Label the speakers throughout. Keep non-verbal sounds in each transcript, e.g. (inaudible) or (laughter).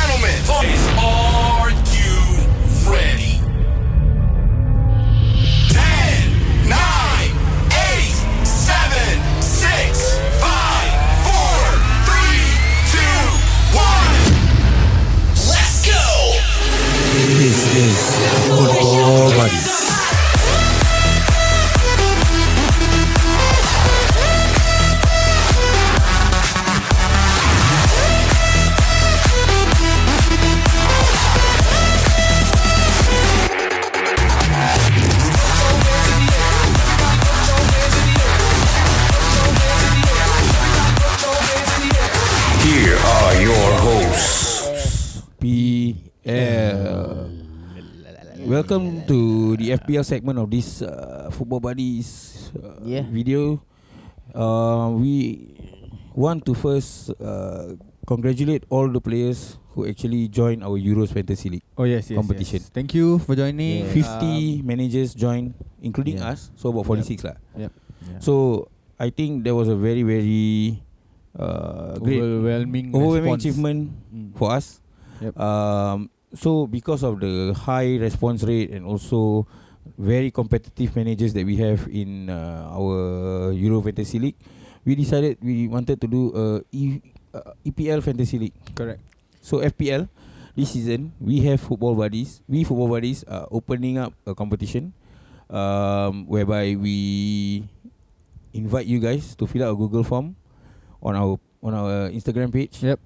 Speaker 1: is Are You Ready? 10, 9, 8, 7, 6, 5, 4, 3, 2, 1. Let's go!
Speaker 2: This is Football Buddies.
Speaker 3: Here are your hosts.
Speaker 4: FPL. Welcome to the FPL segment of this uh, Football Buddies uh,
Speaker 5: Yeah.
Speaker 4: video. Uh, we want to first uh, congratulate all the players who actually joined our Euros Fantasy League.
Speaker 6: Oh yes, yes
Speaker 4: competition.
Speaker 6: Yes. Thank you for joining.
Speaker 4: 50 managers joined, including
Speaker 6: yeah.
Speaker 4: us, so about 46 lah.
Speaker 6: Um, yep.
Speaker 4: So I think there was a very, very uh, great
Speaker 6: Overwhelming.
Speaker 4: overwhelming
Speaker 6: response.
Speaker 4: achievement
Speaker 6: Mm.
Speaker 4: for us.
Speaker 6: Yep.
Speaker 4: Um, so because of the high response rate and also very competitive managers that we have in uh, our Euro Fantasy League, we decided we wanted to do a e, uh, EPL Fantasy League.
Speaker 6: Correct.
Speaker 4: So FPL this season we have football buddies. We football buddies are opening up a competition um, whereby we invite you guys to fill out a Google form on our on our Instagram page.
Speaker 6: Yep.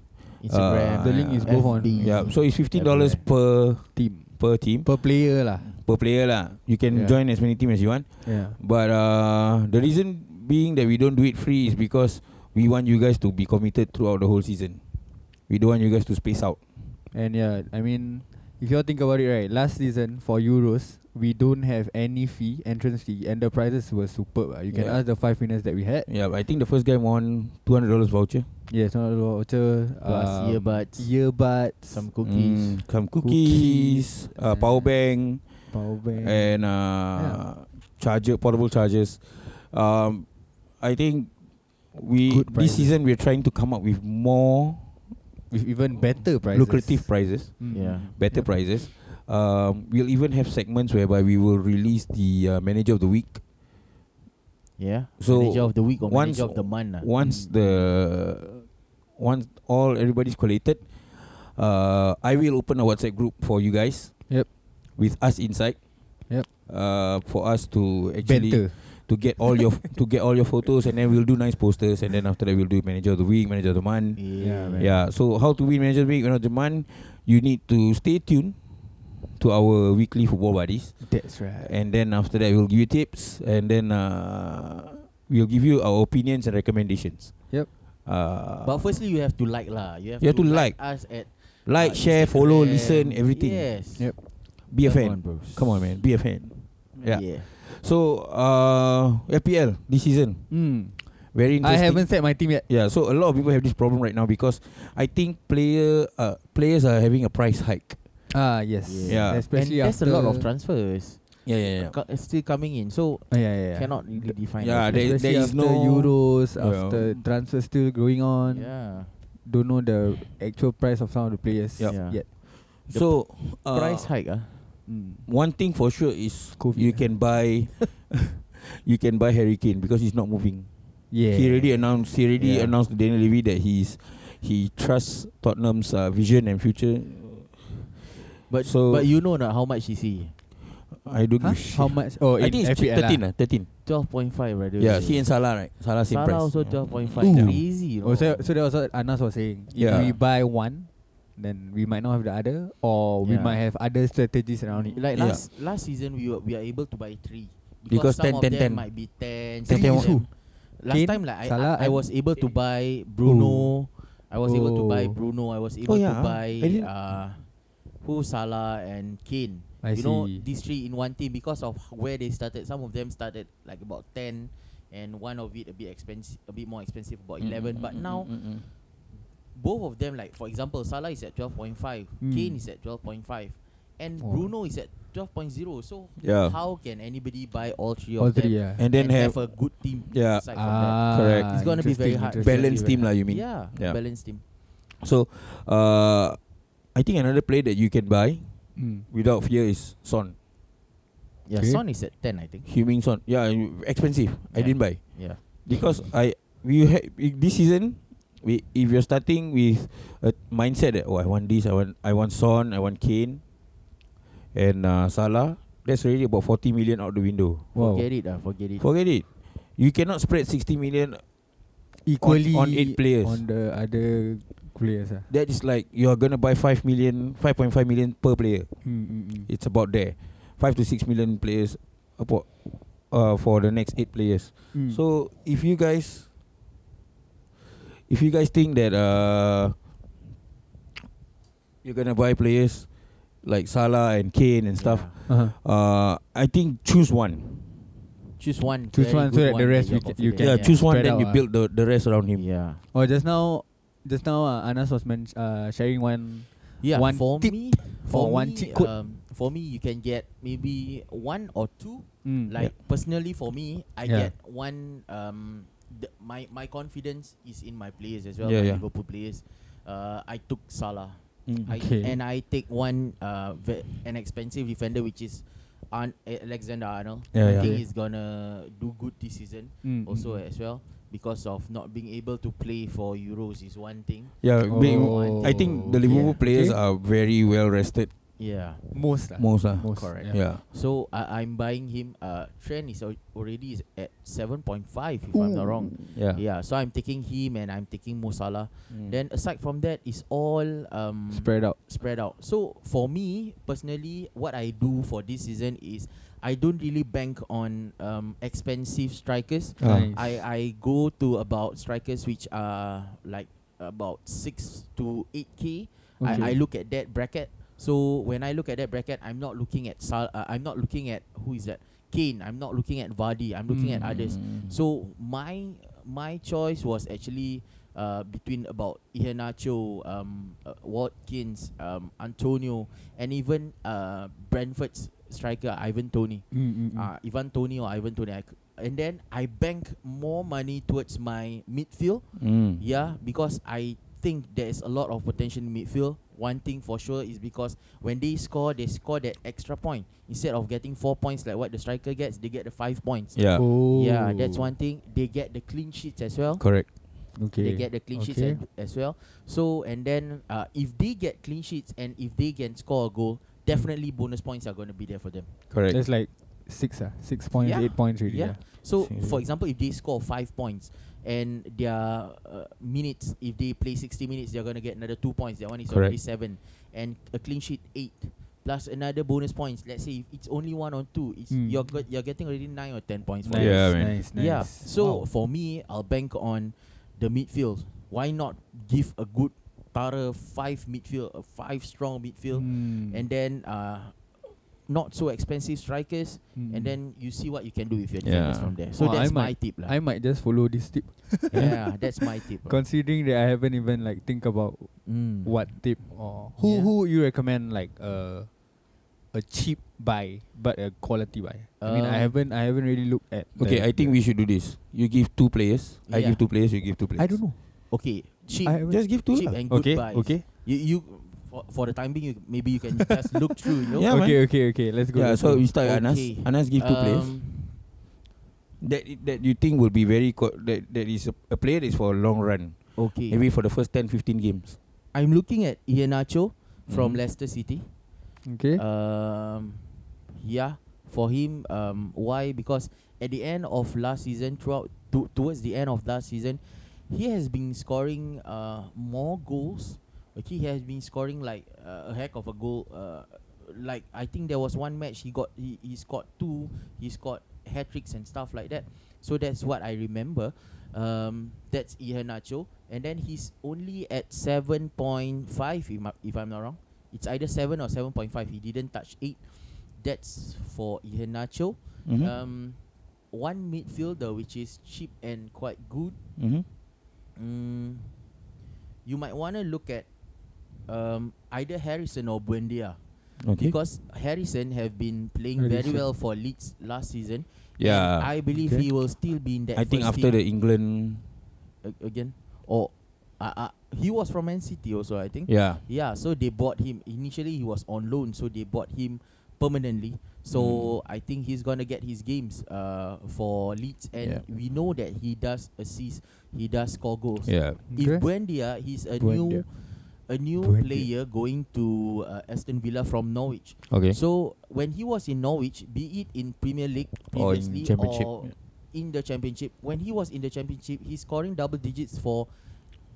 Speaker 4: Instagram,
Speaker 6: Ah, Uh, the link is both on-
Speaker 5: FB.
Speaker 4: Yeah, so it's fifteen dollars per
Speaker 6: Team
Speaker 4: per team
Speaker 6: per player lah.
Speaker 4: per player lah. You can
Speaker 6: Yeah.
Speaker 4: join as many team as you want.
Speaker 6: Yeah.
Speaker 4: But uh, the reason being that we don't do it free is because we want you guys to be committed throughout the whole season. We don't want you guys to space out.
Speaker 6: And yeah, I mean, if you all think about it, right? Last season for Euros, we don't have any fee, entrance fee, and the prizes were superb. ah. You can
Speaker 4: Yeah.
Speaker 6: ask the five winners that we had.
Speaker 4: Yeah, but I think the first guy won two hundred dollars voucher.
Speaker 6: Yes, not a voucher.
Speaker 5: Plus
Speaker 6: um,
Speaker 5: earbuds.
Speaker 6: Earbuds.
Speaker 5: Some
Speaker 4: uh,
Speaker 5: cookies.
Speaker 4: Mm, some cookies,
Speaker 6: Cookies.
Speaker 4: uh, power bank,
Speaker 6: power bank.
Speaker 4: and uh, charger, portable chargers. Um, I think we
Speaker 6: Good prices.
Speaker 4: this season we're trying to come up with more
Speaker 6: with even better prizes.
Speaker 4: lucrative prices,
Speaker 6: Mm.
Speaker 5: Yeah.
Speaker 4: better
Speaker 6: Yeah.
Speaker 4: prices. Um, we'll even have segments whereby we will release the uh, manager of the week.
Speaker 5: Yeah.
Speaker 4: So,
Speaker 5: manager of the week or
Speaker 4: once-
Speaker 5: manager of the month. ah.
Speaker 4: Once the once all everybody's collated, uh, I will open a WhatsApp group for you guys.
Speaker 6: Yep.
Speaker 4: With us inside.
Speaker 6: Yep.
Speaker 4: Uh, for us to actually
Speaker 6: Better.
Speaker 4: to get all your (laughs) to get all your photos and then we'll do nice posters and then after that we'll do manager of the week, manager of the month.
Speaker 5: Yeah, man.
Speaker 4: Yeah. So how to win manager of the week, manager of the month? You need to stay tuned to our weekly football buddies,
Speaker 6: That's right.
Speaker 4: and then after that we'll give you tips, and then uh, we'll give you our opinions and recommendations.
Speaker 6: Yep.
Speaker 4: Uh,
Speaker 5: But firstly, you have to like lah. You have,
Speaker 4: You have to
Speaker 5: us at
Speaker 4: like,
Speaker 5: uh,
Speaker 4: share, follow,
Speaker 5: Instagram.
Speaker 4: listen, everything.
Speaker 5: Yes.
Speaker 6: Yep.
Speaker 4: Be a
Speaker 5: Come
Speaker 4: fan.
Speaker 5: on, bros.
Speaker 4: Come on, man. Be a fan. Yeah.
Speaker 5: yeah.
Speaker 4: So uh, FPL this season
Speaker 6: Mm. I
Speaker 4: very interesting.
Speaker 6: haven't set my team yet.
Speaker 4: Yeah, so a lot of people have this problem right now because I think player uh, players are having a price hike.
Speaker 6: Ah yes.
Speaker 4: Yeah. Yeah.
Speaker 6: Especially
Speaker 5: and there's
Speaker 6: after
Speaker 5: a lot of transfers
Speaker 4: Yeah, yeah,
Speaker 5: co- still coming in, so
Speaker 6: Ah, yeah, yeah, yeah.
Speaker 5: cannot really define.
Speaker 4: Yeah,
Speaker 5: what
Speaker 4: there-
Speaker 5: it
Speaker 6: Especially
Speaker 4: there is
Speaker 6: after
Speaker 4: no-
Speaker 6: Euros,
Speaker 4: Yeah.
Speaker 6: after transfer still going on.
Speaker 5: Yeah.
Speaker 6: Don't know the actual price of some of the players
Speaker 5: Yup. Yeah.
Speaker 6: yet.
Speaker 4: So uh,
Speaker 5: Price hike eh? ah.
Speaker 6: Mm.
Speaker 4: One thing for sure is
Speaker 6: Covid.
Speaker 4: you can buy (laughs) you can buy Harry Kane because he's not moving.
Speaker 6: Yeah.
Speaker 4: He already announced he already
Speaker 6: Yeah.
Speaker 4: announced to Daniel Levy that he's he trusts Tottenham's uh, vision and future.
Speaker 5: But
Speaker 4: So-
Speaker 5: but you know now how much is he?
Speaker 4: I don't
Speaker 6: Huh?
Speaker 4: give a shit.
Speaker 6: How much? Oh,
Speaker 4: I
Speaker 6: in
Speaker 4: think it's
Speaker 6: FPL
Speaker 4: thirteen,
Speaker 5: lah?
Speaker 4: uh, thirteen.
Speaker 5: Twelve point five rather.
Speaker 4: Yeah, he and Salah right. Salah same
Speaker 5: Salah
Speaker 4: price.
Speaker 5: also twelve point five.
Speaker 6: Ooh.
Speaker 5: Easy. You know.
Speaker 6: Oh, so, so that was what Anas was saying.
Speaker 4: Yeah.
Speaker 6: If we buy one, then we might not have the other, or we
Speaker 5: Yeah.
Speaker 6: might have other strategies around it.
Speaker 5: like
Speaker 4: Yeah.
Speaker 5: last last season we were, we are able to buy three
Speaker 4: Because
Speaker 5: because, some
Speaker 4: 10,
Speaker 5: of
Speaker 4: 10,
Speaker 5: them
Speaker 4: 10.
Speaker 5: might be ten.
Speaker 4: 10,
Speaker 5: some of
Speaker 4: 10.
Speaker 5: them- Last
Speaker 6: Kane,
Speaker 5: time like I,
Speaker 6: Salah,
Speaker 5: I, I
Speaker 6: and-
Speaker 5: was able to buy Bruno. I was able to buy
Speaker 6: Oh.
Speaker 5: Bruno. I was able
Speaker 4: yeah,
Speaker 5: to
Speaker 4: ah.
Speaker 5: buy
Speaker 4: I didn't-
Speaker 5: uh, who Salah and Kane.
Speaker 6: I
Speaker 5: you know
Speaker 6: see.
Speaker 5: these three in one team because of where they started. Some of them started like about ten, and one of it a bit expensive, a bit more expensive,
Speaker 4: Mm,
Speaker 5: about eleven. But now both of them, like for example, Salah is at twelve point five,
Speaker 6: Mm.
Speaker 5: Kane is at twelve point five, and
Speaker 6: Oh.
Speaker 5: Bruno is at twelve point zero. So
Speaker 4: Yeah.
Speaker 5: how can anybody buy all three
Speaker 6: All
Speaker 5: of
Speaker 6: three,
Speaker 5: them
Speaker 6: yeah.
Speaker 4: And then have,
Speaker 5: a good team?
Speaker 4: Yeah.
Speaker 5: aside from that?
Speaker 6: Ah,
Speaker 4: Correct.
Speaker 5: It's gonna be
Speaker 6: interesting,
Speaker 5: very hard.
Speaker 6: interesting.
Speaker 4: balanced team lah you mean.
Speaker 5: yeah,
Speaker 4: Yeah.
Speaker 5: balanced team.
Speaker 4: So uh, I think another player that you can buy
Speaker 6: Mm.
Speaker 4: without fear is Son.
Speaker 5: Yeah,
Speaker 6: Okay.
Speaker 5: Son is at 10, I think.
Speaker 4: Heung-min Son. Yeah, you- expensive. I
Speaker 5: Yeah.
Speaker 4: didn't buy
Speaker 5: Yeah.
Speaker 4: because I we ha- we- this season we if you're starting with a mindset that oh I want this I want I want Son I want Kane and uh, Salah that's already about 40 million out the window.
Speaker 6: Wow.
Speaker 5: Forget it, uh, forget it.
Speaker 4: Forget it. You cannot spread 60 million.
Speaker 6: Equally
Speaker 4: on eight players.
Speaker 6: on the other players. Ah.
Speaker 4: That is like you are gonna buy 5 million, 5.5 million per player.
Speaker 6: Mm, mm, mm.
Speaker 4: It's about there. 5 to 6 million players about, uh, for the next 8 players.
Speaker 6: Mm.
Speaker 4: So if you guys if you guys think that uh you're gonna buy players like Salah and Kane and stuff,
Speaker 6: uh-huh.
Speaker 4: uh I think choose one.
Speaker 5: Choose one.
Speaker 6: Choose
Speaker 5: very
Speaker 6: one so
Speaker 5: good
Speaker 6: that the rest
Speaker 5: that
Speaker 6: we
Speaker 5: you're
Speaker 6: ca- you
Speaker 5: confident.
Speaker 6: can-
Speaker 4: Yeah,
Speaker 6: yeah.
Speaker 4: choose one
Speaker 6: Spread
Speaker 4: then
Speaker 6: out
Speaker 4: you
Speaker 6: ah.
Speaker 4: build the the rest around him.
Speaker 5: Yeah.
Speaker 6: Oh, just now, just now uh, Anas was men- uh, sharing one.
Speaker 5: Yeah,
Speaker 6: One
Speaker 5: for
Speaker 6: tip
Speaker 5: me,
Speaker 6: or
Speaker 5: for
Speaker 6: one
Speaker 5: me,
Speaker 6: cheat code.
Speaker 5: Um, for me, you can get maybe one or two.
Speaker 6: Mm.
Speaker 5: Like personally, for me, I
Speaker 6: Yeah.
Speaker 5: get one. Um, th- my my confidence is in my players as well.
Speaker 4: Yeah,
Speaker 5: my
Speaker 4: yeah. Mm,
Speaker 5: Liverpool players. Uh, I took Salah. I,
Speaker 6: Okay.
Speaker 5: and I take one uh ve- an expensive defender which is Arn- Alexander Arnold.
Speaker 4: Yeah, yeah. Mm-hmm.
Speaker 5: I think
Speaker 4: Okay.
Speaker 5: he's gonna do good this season
Speaker 6: Mm,
Speaker 5: also
Speaker 6: mm, mm.
Speaker 5: as well because of not being able to play for Euros is one thing.
Speaker 4: Yeah, they-
Speaker 6: Oh.
Speaker 4: I think the
Speaker 5: Yeah.
Speaker 4: Liverpool players
Speaker 6: Okay.
Speaker 4: are very well rested.
Speaker 5: Yeah.
Speaker 6: most lah.
Speaker 4: Most ah.
Speaker 6: Most,
Speaker 5: Correct.
Speaker 6: Yeah.
Speaker 4: Yeah.
Speaker 5: So I I'm buying him. Uh, Trent is al- already is at seven point five if I'm not wrong.
Speaker 4: Yeah.
Speaker 5: Yeah. So I'm taking him and I'm taking Mo Salah.
Speaker 4: Mm.
Speaker 5: Then aside from that, it's all um
Speaker 6: Spread out.
Speaker 5: spread out. So for me personally, what I do for this season is I don't really bank on um expensive strikers.
Speaker 4: Ah.
Speaker 6: Nice.
Speaker 5: I I go to about strikers which are like about six to eight k. I
Speaker 6: Okay.
Speaker 5: I look at that bracket. So when I look at that bracket, I'm not looking at Sal. Uh, I'm not looking at who is that Kane. I'm not looking at Vardy. I'm looking at others. So my my choice was actually uh, between about Iheanacho, um, uh, Watkins, um, Antonio, and even uh, Brentford's striker Ivan Tony,
Speaker 6: Mm, mm, mm.
Speaker 5: uh, Ivan Tony or Ivan Tony. I c- and then I bank more money towards my midfield.
Speaker 4: Mm.
Speaker 5: Yeah, because I think there's a lot of potential in midfield. One thing for sure is because when they score, they score that extra point. Instead of getting four points like what the striker gets, they get the five points.
Speaker 4: Yeah.
Speaker 6: Oh.
Speaker 5: Yeah, that's one thing. They get the clean sheets as well.
Speaker 4: Correct.
Speaker 6: Okay.
Speaker 5: They get the clean sheets
Speaker 6: Okay.
Speaker 5: and, as well. So and then uh, if they get clean sheets and if they can score a goal, definitely bonus points are going to be there for them.
Speaker 4: Correct.
Speaker 6: That's like six ah, six points,
Speaker 5: Yeah.
Speaker 6: eight points already.
Speaker 5: Yeah.
Speaker 6: ah.
Speaker 5: So
Speaker 4: Seriously.
Speaker 5: for example, if they score five points and their uh, minutes, if they play sixty minutes, they're gonna get another two points. That one is
Speaker 4: Correct.
Speaker 5: already seven, and a clean sheet eight plus another bonus points. Let's say if it's only one or two, it's
Speaker 6: Mm.
Speaker 5: you're got, you're getting already nine or ten points. For
Speaker 6: Nice,
Speaker 4: Yeah, man.
Speaker 6: nice, nice.
Speaker 5: Yeah.
Speaker 6: Wow.
Speaker 5: So for me, I'll bank on the midfield. Why not give a good thorough five midfield, a five strong midfield,
Speaker 6: Mm.
Speaker 5: and then uh, not so expensive strikers,
Speaker 6: Mm.
Speaker 5: and then you see what you can do with your
Speaker 4: Yeah.
Speaker 5: defenders from there. So
Speaker 6: Wah, I
Speaker 5: that's my
Speaker 6: might-
Speaker 5: tip lah.
Speaker 6: I might just follow this tip,
Speaker 5: yeah, that's my tip. bro.
Speaker 6: considering that I haven't even like think about
Speaker 5: Mm.
Speaker 6: what tip or who
Speaker 5: Yeah.
Speaker 6: who would you recommend like a a cheap buy but a quality buy. I mean, I
Speaker 5: Um,
Speaker 6: haven't I haven't really looked at.
Speaker 4: Uh, Okay,
Speaker 6: the-
Speaker 4: I
Speaker 6: the-
Speaker 4: think we should do this. You give two players. I
Speaker 5: Yeah.
Speaker 4: give two players. You give two players.
Speaker 6: I don't know.
Speaker 5: Okay, cheap,
Speaker 6: I haven't-
Speaker 4: Just give two.
Speaker 5: cheap
Speaker 4: lah.
Speaker 5: and good
Speaker 6: Okay,
Speaker 5: buys.
Speaker 6: okay,
Speaker 5: You, you for, for the time being, you, maybe you can just look through. You know?
Speaker 4: Yeah,
Speaker 6: okay, okay, okay. Let's go.
Speaker 4: Yeah.
Speaker 6: let's
Speaker 4: So
Speaker 6: go.
Speaker 4: we start with Anas.
Speaker 5: Okay.
Speaker 4: Anas give two players
Speaker 5: Um,
Speaker 4: that i- that you think will be very co- that that is a, a player that is for a long run.
Speaker 5: Okay.
Speaker 4: Maybe for the first 10, 15 games.
Speaker 5: I'm looking at Iheanacho
Speaker 6: Mm.
Speaker 5: from
Speaker 4: Mhm.
Speaker 5: Leicester City.
Speaker 6: okay.
Speaker 4: uh,
Speaker 5: Um, yeah, for him, um, why? Because at the end of last season, throughout to, towards the end of last season, he has been scoring uh, more goals. Like he has been scoring like uh, a heck of a goal. Uh, like I think there was one match he got he, he scored two, he scored hat tricks and stuff like that. So that's what I remember. Um, that's Iheanacho, and then he's only at seven point five if, I'm- if I'm not wrong. It's either seven or seven point five. He didn't touch eight. That's for Iheanacho.
Speaker 4: Mhm.
Speaker 5: Um, one midfielder which is cheap and quite good.
Speaker 4: Mhm.
Speaker 5: Mm, you might want to look at um, either Harrison or Buendia
Speaker 4: Okay.
Speaker 5: because Harrison have been playing
Speaker 6: Harrison.
Speaker 5: very well for Leeds last season.
Speaker 4: Yeah.
Speaker 5: and I believe
Speaker 6: Okay.
Speaker 5: he will still be in that.
Speaker 4: I think
Speaker 5: first
Speaker 4: after the
Speaker 5: team
Speaker 4: England
Speaker 5: a- again or Uh, uh, he was from Man City also, I think.
Speaker 4: Yeah.
Speaker 5: Yeah, so they bought him. Initially, he was on loan, so they bought him permanently.
Speaker 4: Mm.
Speaker 5: So I think he's gonna get his games uh, for Leeds, and
Speaker 4: Yeah.
Speaker 5: we know that he does assist, he does score goals.
Speaker 4: Yeah.
Speaker 5: If
Speaker 6: Okay.
Speaker 5: Buendia, he's a
Speaker 6: Buendia.
Speaker 5: new, a new
Speaker 6: Buendia.
Speaker 5: player going to uh, Aston Villa from Norwich.
Speaker 4: Okay.
Speaker 5: So when he was in Norwich, be it in Premier League
Speaker 4: Or in
Speaker 5: previously
Speaker 4: Championship.
Speaker 5: or in the Championship, when he was in the Championship, he's scoring double digits for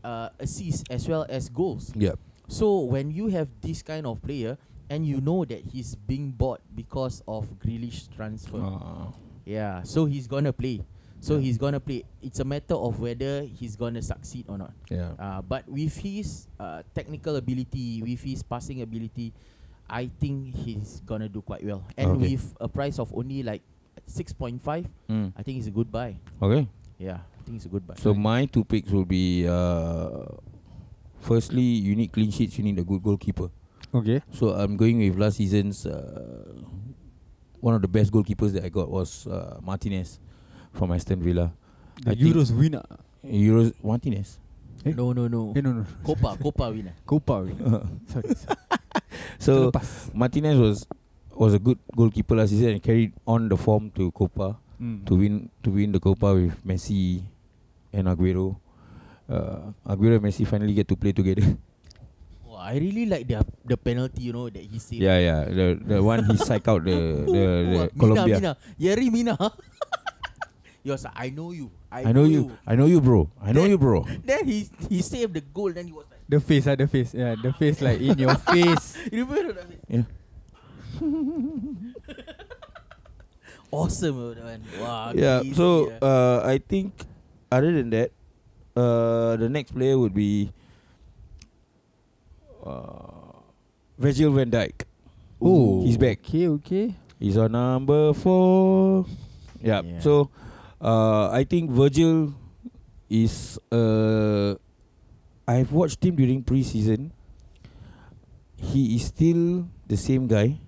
Speaker 5: uh, assists as well as goals.
Speaker 4: yeah.
Speaker 5: So when you have this kind of player and you know that he's being bought because of Grealish transfer,
Speaker 4: Uh,
Speaker 5: yeah, so he's gonna play. So
Speaker 4: Yeah.
Speaker 5: he's gonna play. It's a matter of whether he's gonna succeed or not.
Speaker 4: yeah.
Speaker 5: Uh, but with his uh, technical ability, with his passing ability, I think he's gonna do quite well. And
Speaker 4: Okay.
Speaker 5: with a price of only like six point five,
Speaker 4: Mm.
Speaker 5: I think it's a good buy.
Speaker 4: Okay.
Speaker 5: Yeah, I think it's a good buy.
Speaker 4: So my two picks will be uh, firstly you need clean sheets, you need a good goalkeeper.
Speaker 6: Okay.
Speaker 4: So I'm going with last season's uh, one of the best goalkeepers that I got was uh, Martinez from Aston Villa.
Speaker 6: The
Speaker 4: I think-
Speaker 6: Euros winner.
Speaker 4: Euros Martinez.
Speaker 6: Eh?
Speaker 5: no, no, no.
Speaker 6: Eh, no, no.
Speaker 5: Copa, Copa winner.
Speaker 6: Copa
Speaker 4: Uh-huh.
Speaker 6: winner. sorry.
Speaker 4: (laughs)
Speaker 6: sorry.
Speaker 4: So
Speaker 6: Terlepas.
Speaker 4: Martinez was was a good goalkeeper last season and carried on the form to Copa
Speaker 6: Mm.
Speaker 4: to win to win the Copa with Messi and Aguero. Uh, Aguero and Messi finally get to play together.
Speaker 5: (laughs) Oh, I really like the the penalty, you know, that he saved.
Speaker 4: yeah, yeah. The the one he psych out the
Speaker 5: Who-
Speaker 4: the,
Speaker 5: who
Speaker 4: the
Speaker 5: are-
Speaker 4: Colombia.
Speaker 5: uh, Mina, Mina. Yeri Mina. (laughs) he was like, I know you. I,
Speaker 4: I know you. I know you, bro. I know you, bro.
Speaker 5: Then he he saved the goal. Then he was like, (laughs)
Speaker 6: The face, ah, the face. Yeah, the face like in
Speaker 4: (laughs)
Speaker 6: your face.
Speaker 5: you remember that?
Speaker 4: Yeah.
Speaker 5: Awesome, uh, that one. Wow.
Speaker 4: Yeah.
Speaker 5: crazy,
Speaker 4: So
Speaker 5: yeah.
Speaker 4: uh, I think other than that, uh, the next player would be uh, Virgil Van Dijk.
Speaker 6: Oh,
Speaker 4: he's back.
Speaker 6: Okay, okay.
Speaker 4: He's our number four. Yeah.
Speaker 5: Yeah.
Speaker 4: So uh, I think Virgil is. Uh, I've watched him during pre-season. He is still the same guy,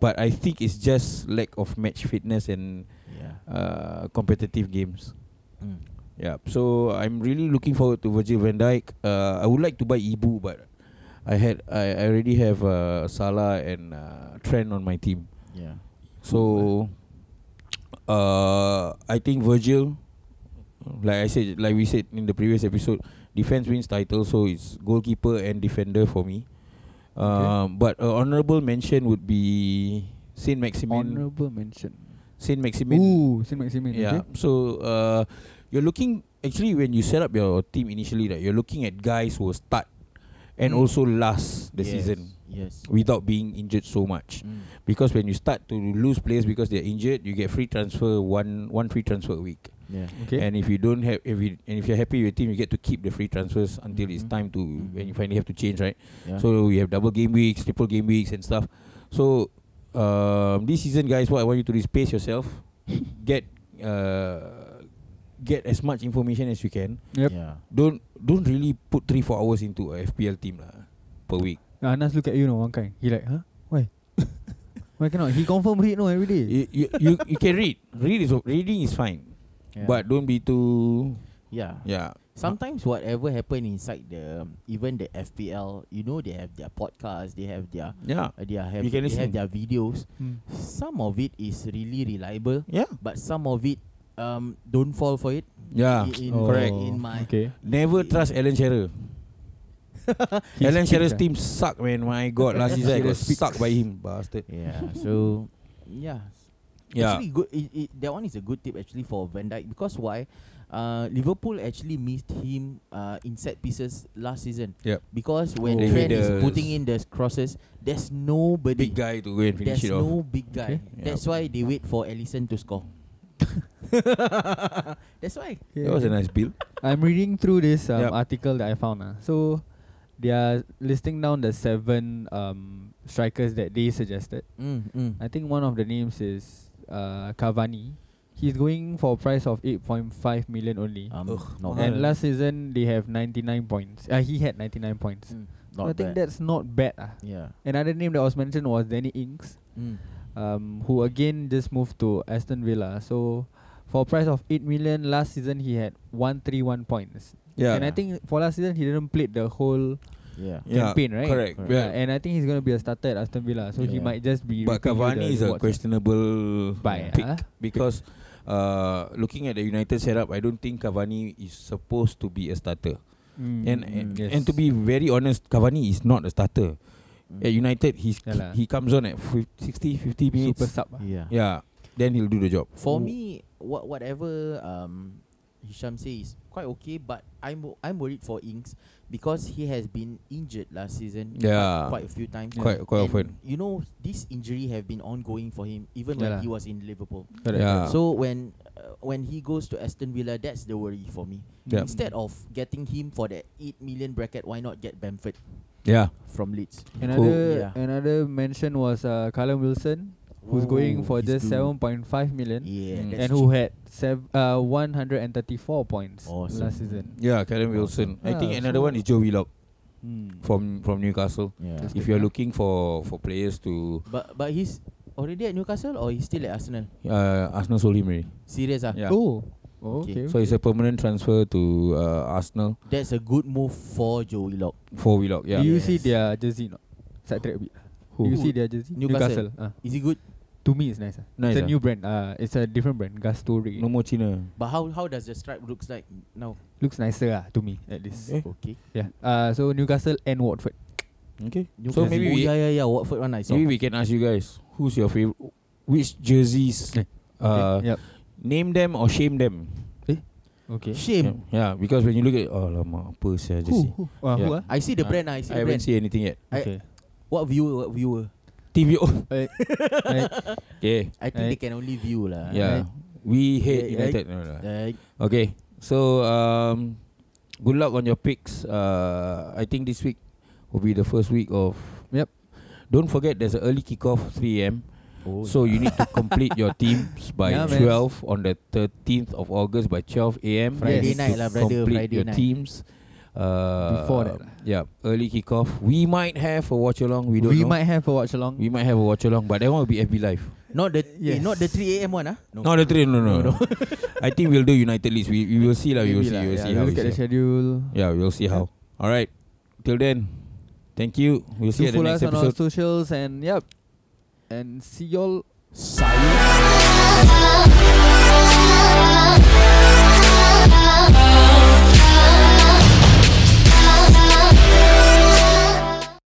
Speaker 4: but I think it's just lack of match fitness and
Speaker 5: yeah.
Speaker 4: uh, competitive games.
Speaker 5: Mm.
Speaker 4: Yeah, so I'm really looking forward to Virgil Van Dijk. Uh, I would like to buy Ibu, but I had I, I already have uh, Salah and uh, Trent on my team.
Speaker 5: Yeah.
Speaker 4: So uh, I think Virgil, like I said, like we said in the previous episode, defense wins title, so it's goalkeeper and defender for me. Um, But uh, honorable mention would be Saint Maximin.
Speaker 6: Honorable mention.
Speaker 4: Saint Maximin.
Speaker 6: Ooh, Saint Maximin.
Speaker 4: Yeah.
Speaker 6: Okay.
Speaker 4: So uh, you're looking actually when you set up your team initially, right? You're looking at guys who will start
Speaker 6: Hmm.
Speaker 4: and
Speaker 5: Mm.
Speaker 4: also last the
Speaker 5: yes.
Speaker 4: season
Speaker 5: Yes.
Speaker 4: without being injured so much.
Speaker 5: Mm.
Speaker 4: Because when you start to lose players because they're injured, you get free transfer one one free transfer a week.
Speaker 5: Yeah.
Speaker 6: Okay.
Speaker 4: And if you don't have if you, and if you're happy with your team, you get to keep the free transfers until it's
Speaker 5: Mhm.
Speaker 4: time to when you finally have to change, right?
Speaker 5: yeah.
Speaker 4: So we have double game weeks, triple game weeks, and stuff. So um, this season, guys, what I want you to do is pace
Speaker 5: (laughs)
Speaker 4: yourself, get uh, get as much information as you can.
Speaker 6: yep.
Speaker 5: Yeah.
Speaker 4: Don't don't really put three four hours into a FPL team lah per week.
Speaker 6: Anas look at you, no one kind. He like, huh? Why? (laughs) Why cannot? He confirm read no every day.
Speaker 4: You you, you, you can read. Read is o- reading is fine,
Speaker 5: Yeah.
Speaker 4: but don't be too
Speaker 5: yeah.
Speaker 4: yeah.
Speaker 5: Sometimes whatever happen inside the um, even the FPL, you know they have their podcast, they have their
Speaker 4: Yeah,
Speaker 5: uh, they have
Speaker 4: You can
Speaker 5: they have
Speaker 4: listen.
Speaker 5: their videos.
Speaker 6: Mm.
Speaker 5: Some of it is really reliable,
Speaker 4: yeah,
Speaker 5: but some of it um don't fall for it.
Speaker 4: yeah.
Speaker 5: I- in,
Speaker 6: Oh,
Speaker 4: correct.
Speaker 5: In my
Speaker 6: Okay.
Speaker 4: Never trust Alan Shearer.
Speaker 6: His
Speaker 4: Alan
Speaker 6: picks,
Speaker 4: Shearer's
Speaker 6: ah.
Speaker 4: team suck, man. My God, last season I got
Speaker 6: Shearer's picks.
Speaker 4: sucked by him, bastard.
Speaker 5: yeah. So yeah,
Speaker 4: Yeah.
Speaker 5: Actually, good. It, it, that one is a good tip actually for Van Dijk because why? Uh, Liverpool actually missed him uh, in set pieces last season.
Speaker 4: Yep.
Speaker 5: Because when
Speaker 4: Oh.
Speaker 5: Trent
Speaker 4: Defenders.
Speaker 5: is putting in the crosses, there's nobody.
Speaker 4: big guy to go and finish
Speaker 5: There's
Speaker 4: it off.
Speaker 5: no big guy.
Speaker 6: Okay.
Speaker 5: That's
Speaker 4: Yep.
Speaker 5: why they wait for Ellison to score. That's why.
Speaker 4: That was a nice build.
Speaker 6: I'm reading through this um,
Speaker 4: Yup.
Speaker 6: article that I found. Uh. So they are listing down the seven um, strikers that they suggested.
Speaker 5: Mm, mm.
Speaker 6: I think one of the names is uh, Cavani. He's going for a price of 8.5 million only.
Speaker 5: Um,
Speaker 4: Ugh.
Speaker 5: not
Speaker 6: and
Speaker 5: bad.
Speaker 6: last season they have 99 points. Uh, he had 99 points.
Speaker 4: Hmm.
Speaker 5: Mm,
Speaker 6: So
Speaker 5: not
Speaker 6: I think
Speaker 5: bad.
Speaker 6: that's not bad. Uh.
Speaker 5: yeah.
Speaker 6: Another name that was mentioned was Danny Ings,
Speaker 5: Mm.
Speaker 6: um, who again just moved to Aston Villa. So For a price of 8 million, last season he had 131 points.
Speaker 4: Yeah.
Speaker 6: And I think for last season, he didn't play the whole
Speaker 5: Yeah.
Speaker 4: Yeah,
Speaker 6: campaign, right? uh,
Speaker 4: correct,
Speaker 6: Yeah.
Speaker 4: yeah.
Speaker 6: And I think he's going to be a starter at Aston Villa. So he
Speaker 5: Yeah.
Speaker 6: might just be.
Speaker 4: But
Speaker 6: reaping the
Speaker 4: Cavani is a
Speaker 6: rewards.
Speaker 4: questionable
Speaker 6: Buy,
Speaker 4: pick
Speaker 6: ah.
Speaker 4: because uh, looking at the United setup, I don't think Cavani is supposed to be a starter.
Speaker 6: Mm,
Speaker 4: And
Speaker 6: mm,
Speaker 4: and,
Speaker 6: yes.
Speaker 4: and to be very honest, Cavani is not a starter. At United, he's
Speaker 6: Yeah lah.
Speaker 4: he comes on at 50, 60, 50 minutes.
Speaker 6: super sub. ah.
Speaker 5: Mm. Yeah.
Speaker 4: Yeah, then he'll do the job.
Speaker 5: For
Speaker 4: Oh.
Speaker 5: me, what whatever um Hisham says is quite okay, but I'm wo- I'm worried for Ings because he has been injured last season. quite-
Speaker 4: Yeah.
Speaker 5: Quite a few times.
Speaker 4: Quite- quite
Speaker 5: And
Speaker 4: often.
Speaker 5: You know, this injury have been ongoing for him even when
Speaker 6: Yeah Ah. lah.
Speaker 5: he was in Liverpool.
Speaker 6: Correct.
Speaker 4: Yeah.
Speaker 5: So when uh, when he goes to Aston Villa, that's the worry for me.
Speaker 4: Yeah.
Speaker 5: Instead of getting him for that eight million bracket, why not get Bamford
Speaker 4: yeah,
Speaker 5: from Leeds?
Speaker 6: Another
Speaker 5: Yeah.
Speaker 6: another mention was uh, Callum Wilson, who's
Speaker 5: Ooh,
Speaker 6: going for
Speaker 5: he's
Speaker 6: just
Speaker 5: good.
Speaker 6: 7.5 million.
Speaker 5: Yeah.
Speaker 4: Mm.
Speaker 5: that's
Speaker 6: and who had sev- uh, 134 points
Speaker 5: Awesome.
Speaker 6: last season.
Speaker 4: yeah, Callum Wilson. I think
Speaker 6: Yeah,
Speaker 4: another
Speaker 6: so-
Speaker 4: one is Joe Willock
Speaker 6: Mm.
Speaker 4: from from Newcastle.
Speaker 5: cheap. Hmm. Yeah.
Speaker 6: Just-
Speaker 4: If you're looking for for players to
Speaker 5: But but he's already at Newcastle or he's still at Arsenal?
Speaker 4: uh, Arsenal sold him already.
Speaker 5: Serious ah?
Speaker 4: Yeah.
Speaker 6: Oh, oh
Speaker 5: Okay.
Speaker 6: okay.
Speaker 4: So it's a permanent transfer to uh, Arsenal
Speaker 5: That's a good move for Joey Lock.
Speaker 4: for Willock. Yeah.
Speaker 6: Do you
Speaker 5: Yes.
Speaker 6: see their jersey not? Side track a bit. Do you
Speaker 4: Who?
Speaker 6: see their jersey?
Speaker 5: Newcastle.
Speaker 6: Ah,
Speaker 5: Is it good?
Speaker 6: to me, it's nice. ah.
Speaker 4: Nice
Speaker 6: It's a
Speaker 4: ah.
Speaker 6: new brand. Uh, it's a different brand. Gastori.
Speaker 4: No more China.
Speaker 5: But how how does the stripe looks like now?
Speaker 6: Looks nicer ah, to me at least.
Speaker 4: Eh.
Speaker 5: Okay.
Speaker 6: Yeah. Uh, so Newcastle and Watford.
Speaker 4: Okay.
Speaker 5: Newcastle.
Speaker 4: So maybe
Speaker 5: oh,
Speaker 4: we
Speaker 5: yeah yeah yeah Watford one I saw.
Speaker 4: maybe we can ask you guys who's your favorite, which jerseys, uh,
Speaker 6: okay. Yep.
Speaker 4: name them or shame them.
Speaker 6: Okay.
Speaker 5: Shame.
Speaker 4: Yeah, because when you look at oh lama apa saya jersey.
Speaker 6: Who? Who? Uh,
Speaker 4: Yeah.
Speaker 6: who ah?
Speaker 5: I see the
Speaker 4: Uh,
Speaker 5: brand. I see
Speaker 4: I
Speaker 5: the
Speaker 4: haven't
Speaker 5: brand.
Speaker 4: see anything yet.
Speaker 5: I-
Speaker 6: okay.
Speaker 5: What viewer? What
Speaker 4: (laughs)
Speaker 5: viewer?
Speaker 6: (laughs)
Speaker 4: TVO.
Speaker 6: Eh, eh,
Speaker 4: Okay.
Speaker 5: I think
Speaker 6: I-
Speaker 5: they can only view lah.
Speaker 4: Yeah. We hate
Speaker 5: Eh,
Speaker 4: United. No, no.
Speaker 5: Uh,
Speaker 4: Okay. So um good luck on your picks. Uh I think this week will be the first week of
Speaker 6: Yep.
Speaker 4: Don't forget there's an early kickoff 3 a.m.
Speaker 5: oh,
Speaker 4: So you need to complete your teams by
Speaker 6: Yeah, man.
Speaker 4: 12 on the 13th of August by 12 a.m. You
Speaker 5: Friday
Speaker 4: need
Speaker 5: night
Speaker 4: to
Speaker 5: lah, brother,
Speaker 4: Complete
Speaker 5: Friday
Speaker 4: your
Speaker 5: night.
Speaker 4: teams. Uh,
Speaker 6: Before that lah.
Speaker 4: yeah, early kickoff. We might have a watch along. We
Speaker 6: we
Speaker 4: don't know.
Speaker 6: might have a watch along.
Speaker 4: we might have a watch along, but that one will be FB live.
Speaker 5: not the eh,
Speaker 6: Yes.
Speaker 5: not the 3 a.m. one ah.
Speaker 4: No, the three, no, no, (laughs) no. I think we'll do United Leagues. We, we will see lah. We will
Speaker 6: Maybe lah,
Speaker 4: see. We will
Speaker 6: yeah,
Speaker 4: see
Speaker 6: we
Speaker 4: how.
Speaker 6: look at the
Speaker 4: it's-
Speaker 6: schedule.
Speaker 4: Yeah, we will see how. All right. Till then, thank you. We'll see
Speaker 6: Do
Speaker 4: you
Speaker 6: follow
Speaker 4: at the next
Speaker 6: us on our
Speaker 4: episode.
Speaker 6: socials and yep. And see y'all
Speaker 5: Silence.
Speaker 1: Sayonara.